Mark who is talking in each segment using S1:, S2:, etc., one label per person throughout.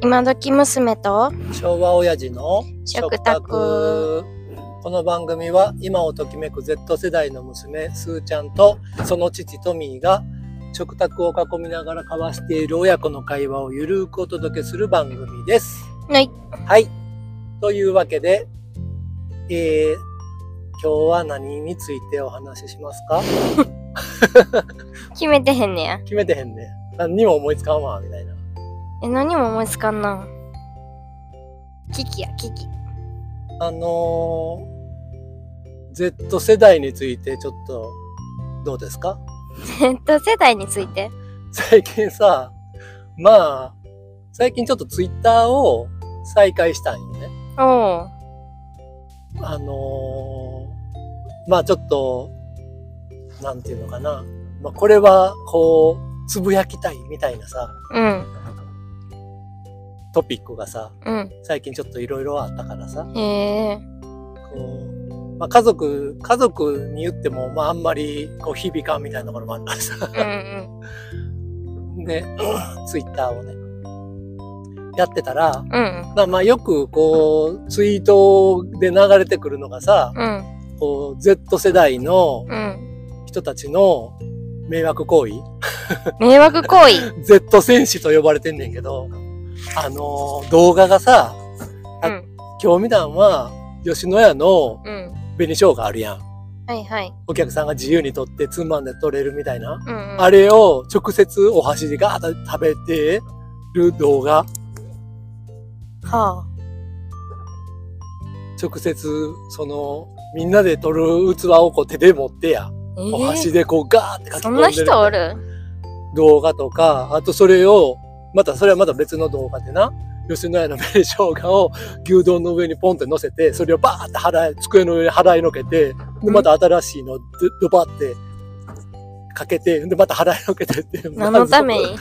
S1: 今時娘と
S2: 昭和親父の
S1: 食卓
S2: この番組は今をときめく Z 世代の娘すーちゃんとその父トミーが食卓を囲みながら交わしている親子の会話をゆるーくお届けする番組です。
S1: はい
S2: はい。というわけで、えー、今日は何についてお話ししますか
S1: 決めてへんねや
S2: 決めてへんね。何にも思いつかんわ、みたいな。
S1: え何も思いつかんなキキやキキ
S2: あのー、Z 世代についてちょっとどうですか
S1: Z 世代について
S2: 最近さまあ最近ちょっとツイッターを再開したんよね。
S1: おう
S2: あのー、まあちょっとなんていうのかな、まあ、これはこうつぶやきたいみたいなさ
S1: うん
S2: トピックがさ
S1: うん
S2: 最近ちょっといろいろあったからさ
S1: へえ
S2: こう、まあ、家族家族に言っても、まあ、あんまりこう響かんみたいなところもあるからさ。
S1: うん
S2: で、ツイッターをね、やってた
S1: うんう
S2: ら、
S1: ん
S2: まあまあよくこう、ツイートで流れてくるのがさ、
S1: うん
S2: こう、Z 世代の
S1: うん
S2: 人たちの迷惑行為、
S1: 迷惑行 為
S2: Z 戦士と呼ばれてんねんけど、あのー動画がさ、あ
S1: うん
S2: 今日見たんは、吉野家の
S1: うん
S2: 紅生姜あるやん。
S1: はいはい
S2: お客さんが自由に取ってつまんで取れるみたいな。
S1: うんうん
S2: あれを直接お箸でガーッと食べてる動画。
S1: は
S2: 直接そのみんなで取る器をこう手で持ってや、
S1: あえ
S2: お箸
S1: ー、
S2: でこうガーって書き
S1: そ
S2: 込
S1: んなん
S2: でる
S1: 人おる
S2: 動画とかあとそれをまたそれはまた別の動画でな吉野家の紅生姜を牛丼の上にポンって乗せてそれをバーって払い机の上に払いのけてで
S1: ん
S2: また新しいのドドバってかけてでまた払いのけてってい う
S1: 何のために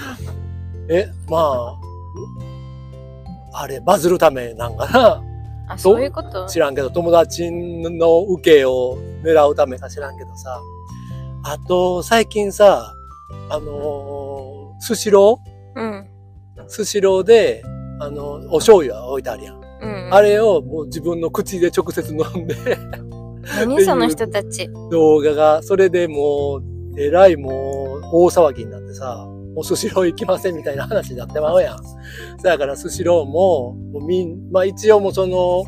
S2: えまああれバズるためなんかな
S1: あそういうこと
S2: 知らんけど、友達の受けを狙うためか知らんけどさ。あと、最近さ、あのースシロ
S1: うん
S2: ースシローで、あのお醤油は置いてあるやん。
S1: うん
S2: あれをもう自分の口で直接飲んで、
S1: 何その人たち
S2: 動画が、それでもう、えらいもう、大騒ぎになってさ、もうスシロー行きませんみたいな話になってまうやん。そやからスシローも、もうみん、まあ一応もうその、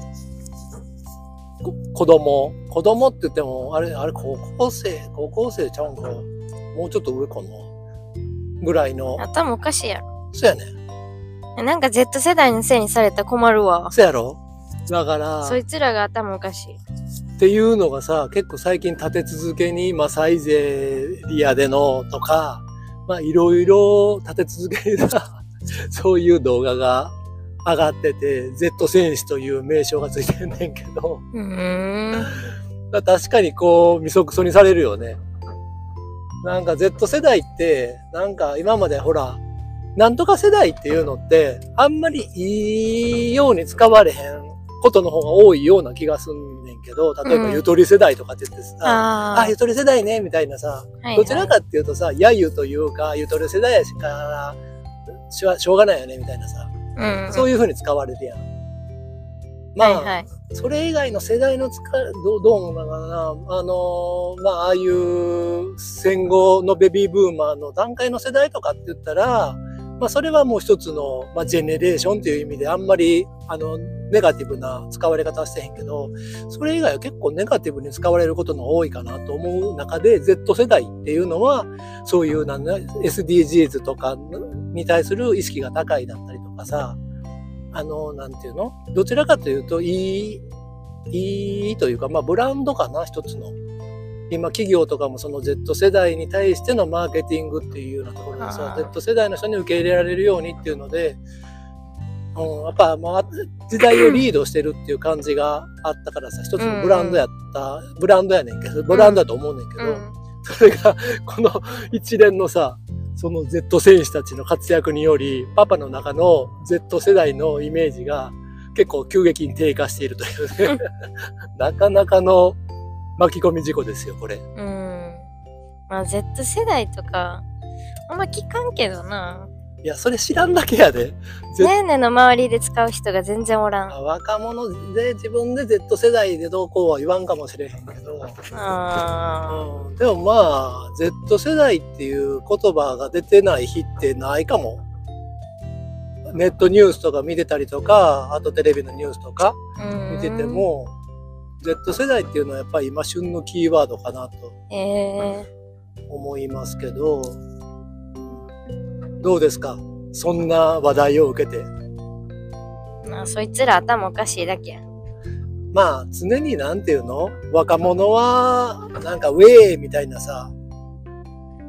S2: こ子供、子供って言っても、あれ、あれ高校生、高校生ちゃうんか。もうちょっと上かな。ぐらいの、
S1: 頭おかしいやろ
S2: そやねん。
S1: えなんか Z 世代のせいにされたら困るわ
S2: そやろだから、
S1: そいつらが頭おかしい
S2: っていうのがさ結構最近立て続けに、まあ、サイゼリアでのとかまあいろいろ立て続けにさ そういう動画が上がってて Z 戦士という名称がついてんねんけど
S1: うーん
S2: だから確かにこうみそくそにされるよねなんか Z 世代ってなんか今までほらなんとか世代っていうのってあんまりいいように使われへんことの方が多いような気がすんねんけど例えば
S1: うん
S2: ゆとり世代とかって言ってさ、
S1: あー
S2: あ、ゆとり世代ね、みたいなさ、
S1: はいはい
S2: どちらかっていうとさ、揶揄というか、ゆとり世代やしから、しょうしょうがないよね、みたいなさ、
S1: うん
S2: そういう風に使われるやん。まあ、
S1: はいはい
S2: それ以外の世代の使い、どうどうなのかな、あのーまあ、ああいう戦後のベビーブーマーの段階の世代とかって言ったら、まあ、それはもう一つの、まあ、ジェネレーションっていう意味で、あんまり、あの、ネガティブな使われ方はしてへんけど、それ以外は結構ネガティブに使われることの多いかなと思う中で、Z 世代っていうのは、そういうなんだ、SDGs とかに対する意識が高いだったりとかさ、あの、なんていうのどちらかというと、いい、いいというか、まあ、ブランドかな、一つの。今、企業とかもその Z 世代に対してのマーケティングっていうようなところでさ
S1: あ、ー
S2: Z 世代の人に受け入れられるようにっていうので、うん、やっぱ、まあ、時代をリードしてるっていう感じがあったからさ、一つのブランドやった、ブランドやねんけど、ブランドやと思うねんけど、
S1: うん
S2: それが、 この一連のさ、その Z 選手たちの活躍により、パパの中の Z 世代のイメージが結構急激に低下しているというね。 なかなかの巻き込み事故ですよ、これ。
S1: うんまあ Z 世代とかあんま聞かんけどな
S2: いや、それ知らんだけやで。
S1: ねーねの周りで使う人が全然おらん。あ
S2: 若者で自分で Z 世代でどうこうは言わんかもしれへんけど。
S1: あ
S2: うん、でもまあ Z 世代っていう言葉が出てない日ってないかもネットニュースとか見てたりとかあとテレビのニュースとか
S1: ー。
S2: 見てても Z 世代っていうのはやっぱり今旬のキーワードかなと
S1: うん。え
S2: 思いますけどどうですかそんな話題を受けて
S1: ー、まあそいつら頭おかしいだけや。
S2: まあ常になんていうの若者はなんかウェーイみたいなさ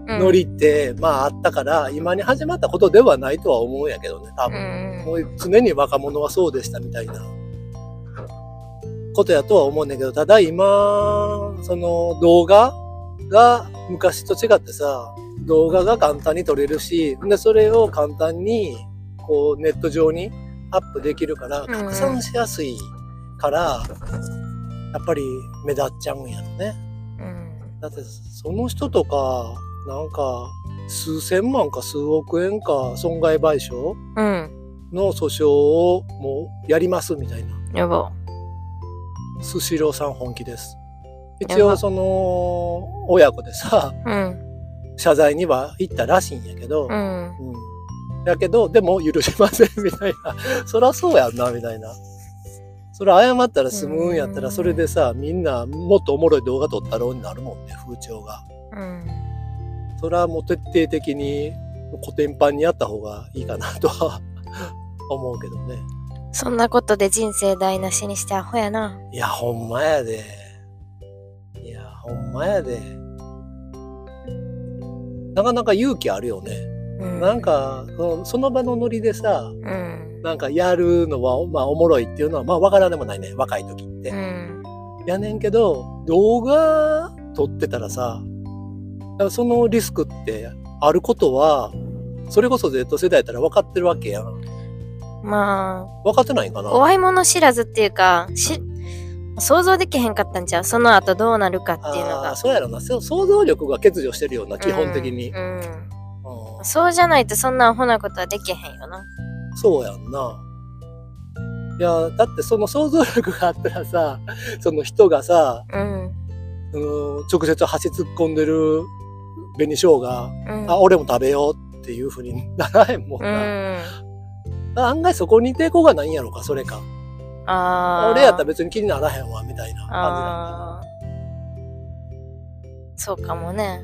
S1: うん
S2: ノリって、まああったから、今に始まったことではないとは思うんやけどね、多
S1: う
S2: 分。
S1: ん
S2: も。う常に若者はそうでしたみたいなことやとは思うんだけど、ただ今、その動画が昔と違ってさ、動画が簡単に撮れるし、で、それを簡単に、こう、ネット上にアップできるから、
S1: ん
S2: 拡散しやすいから、やっぱり目立っちゃうんやろね。
S1: うん
S2: だってその人とかなんか数千万か数億円か損害賠償
S1: うん。
S2: の訴訟をもうやりますみたいな
S1: やば。
S2: スシローさん本気です一
S1: や
S2: 応
S1: ば
S2: その親子でさ
S1: うん。
S2: 謝罪には行ったらしいんやけど、
S1: うん。
S2: うんだけどでも許しませんみたいな そりゃそうやんなみたいなそれ謝ったら済むんやった
S1: う
S2: ら
S1: ん
S2: それでさみんなもっとおもろい動画撮ったろうになるもんね風潮が。
S1: うん。
S2: それはもう徹底的に古典版にやった方がいいかなとは 思うけどね。
S1: そんなことで人生台無しにしてアホやな。
S2: いや、ほんまやで。いや、ほんまやで。なかなか勇気あるよね。
S1: うん。
S2: なん。か、そのその場のノリでさ、
S1: うん。
S2: なんかやるのは、まあおもろいっていうのは、まあわからんでもないね、若い時って
S1: う。ん。
S2: やねんけど、動画撮ってたらさ、だからそのリスクってあることは、それこそ Z 世代やったら分かってるわけやん。
S1: まあ、
S2: 分かってないんかな
S1: 怖いもの知らずっていうか、し、想像できへんかったんちゃうその後どうなるかっていうの
S2: あ
S1: が
S2: ー。そうやろなそう想像力が欠如してるような基本的に、
S1: うんうん
S2: うん
S1: そうじゃないとそんなアホなことはできへんよな。
S2: そうやんないやだってその想像力があったらさその人がさ、
S1: うん。
S2: うん、直接箸突っ込んでる紅生姜、
S1: うん。
S2: あ俺も食べようっていうふうにならへんもん
S1: う
S2: な、
S1: ん。
S2: 案外そこに抵抗がないんやろかそれか
S1: ああ。
S2: 俺やったら別に気にならへんわみたいな感
S1: ああ。そうかもね。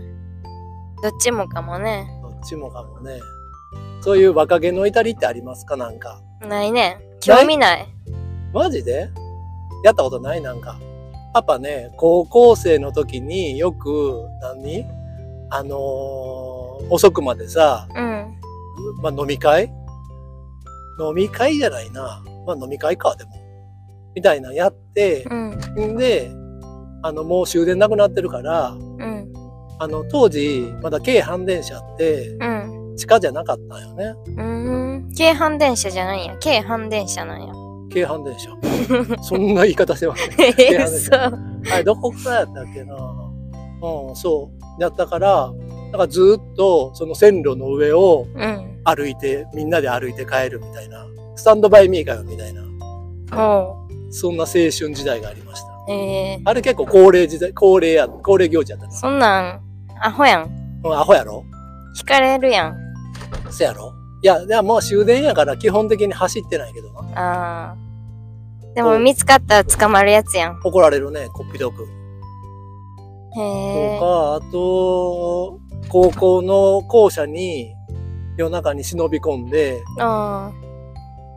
S1: どっちもかもね。
S2: じだどっちもかもねそういう若気の至りってありますかなんか
S1: ないね。興味ない。
S2: マジでやったことないなんか。パパね、高校生の時によく、何あのー遅くまでさ、
S1: うん。
S2: まあ、飲み会飲み会じゃないな。まあ、飲み会か、でも。みたいなのやって
S1: う、ん。
S2: んで、あの、もう終電なくなってるから、
S1: うん。
S2: あの、当時、まだ京阪電車って、
S1: うん。
S2: 地下じゃなかったんよね。
S1: うん。京阪電車じゃないんや。京阪電車なんや。
S2: 京阪電車。そんな言い方してます
S1: え
S2: 阪電 車
S1: そう。
S2: あれどこからやったっけなうんそうやったからだからずっとその線路の上を
S1: うん。
S2: 歩いてみんなで歩いて帰るみたいなスタンドバイミーかよみたいな
S1: ほ
S2: そんな青春時代がありました
S1: う。ええ
S2: あれ結構高齢時代高齢や高齢行事やったな
S1: そんなん、アホやん。
S2: うんアホやろ
S1: 惹かれるやん。
S2: せやろいやでももう終電やから基本的に走ってないけどな
S1: ああ。でも見つかったら捕まるやつやん。
S2: 怒られるねこっぴどく
S1: へ
S2: と
S1: え。
S2: か、あと高校の校舎に夜中に忍び込んで
S1: あ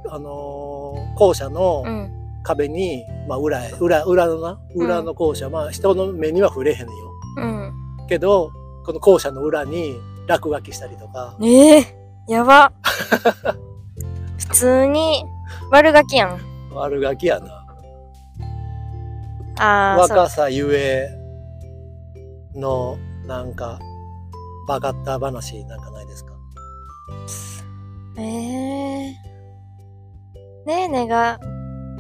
S2: あのー校舎の
S1: あ。うん。
S2: 壁に、まあ、裏へ裏裏のな裏の校舎、まあ人の目には触れへんよ
S1: うん。
S2: けどこの校舎の裏に落書きしたりとか
S1: ええやば。 普通に悪ガキやん。
S2: 悪書きやな
S1: ああ、そう。
S2: 若さゆえのなんかバカった話なんかないですか
S1: ええねえねが、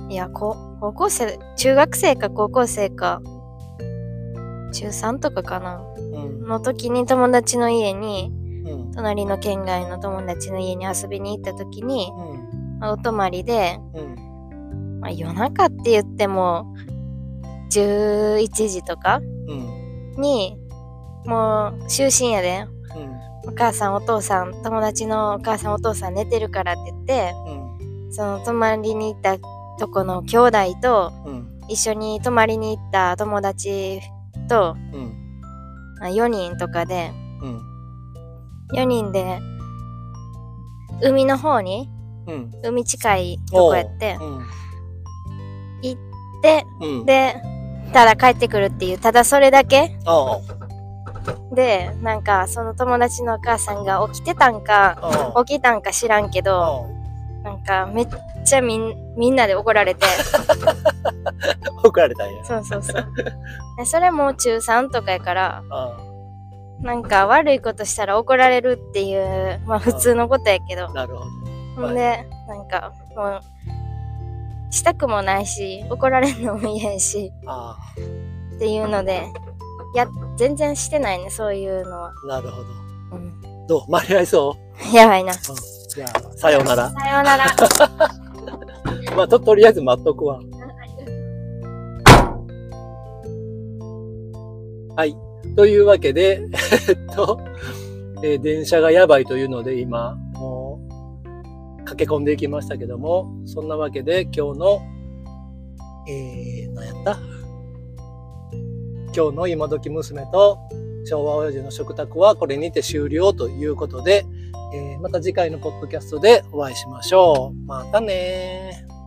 S1: いや、こ高校生、中学生か高校生か、中3とかかな、
S2: うん、
S1: の時に友達の家に、
S2: うんうん
S1: 隣の県外の友達の家に遊びに行った時に、
S2: うん
S1: まあお泊まりで、
S2: うん
S1: まあ、夜中って言っても11時とか
S2: うん
S1: にもう就寝やでお母さんお父さん友達のお母さんお父さん寝てるからって言って
S2: うん
S1: その泊まりに行ったとこの兄弟と
S2: うん
S1: 一緒に泊まりに行った友達と
S2: うん
S1: まあ4人とかで
S2: うん
S1: 4人で海の方に
S2: うん
S1: 海近いとこやってで
S2: うん
S1: でただ帰ってくるっていうただそれだけ
S2: ああ
S1: でなんかその友達のお母さんが起きてたんか
S2: ああ
S1: 起きたんか知らんけど
S2: あ
S1: なんかめっちゃみんみんなで怒られて
S2: あ怒られたんや
S1: そうそうそうでそれも中3とかやから
S2: あ
S1: なんか悪いことしたら怒られるっていうまあ普通のことやけど
S2: あなるほど
S1: ほんでなんかもうしたくもないし怒られるのも嫌やし
S2: あ
S1: っていうのでや全然してないねそういうのは、
S2: あなるほど
S1: うん、
S2: どう間に合いそ
S1: やばいなさ
S2: うじゃあさようなら
S1: ようなら
S2: まあととりあえず待っとくわはい。というわけで、えっと、えー電車がやばいというので、今、もう、駆け込んでいきましたけども、そんなわけで、今日の、えー、何やった今日の今時娘と昭和親父の食卓はこれにて終了ということで、えーまた次回のポッドキャストでお会いしましょう。またねー。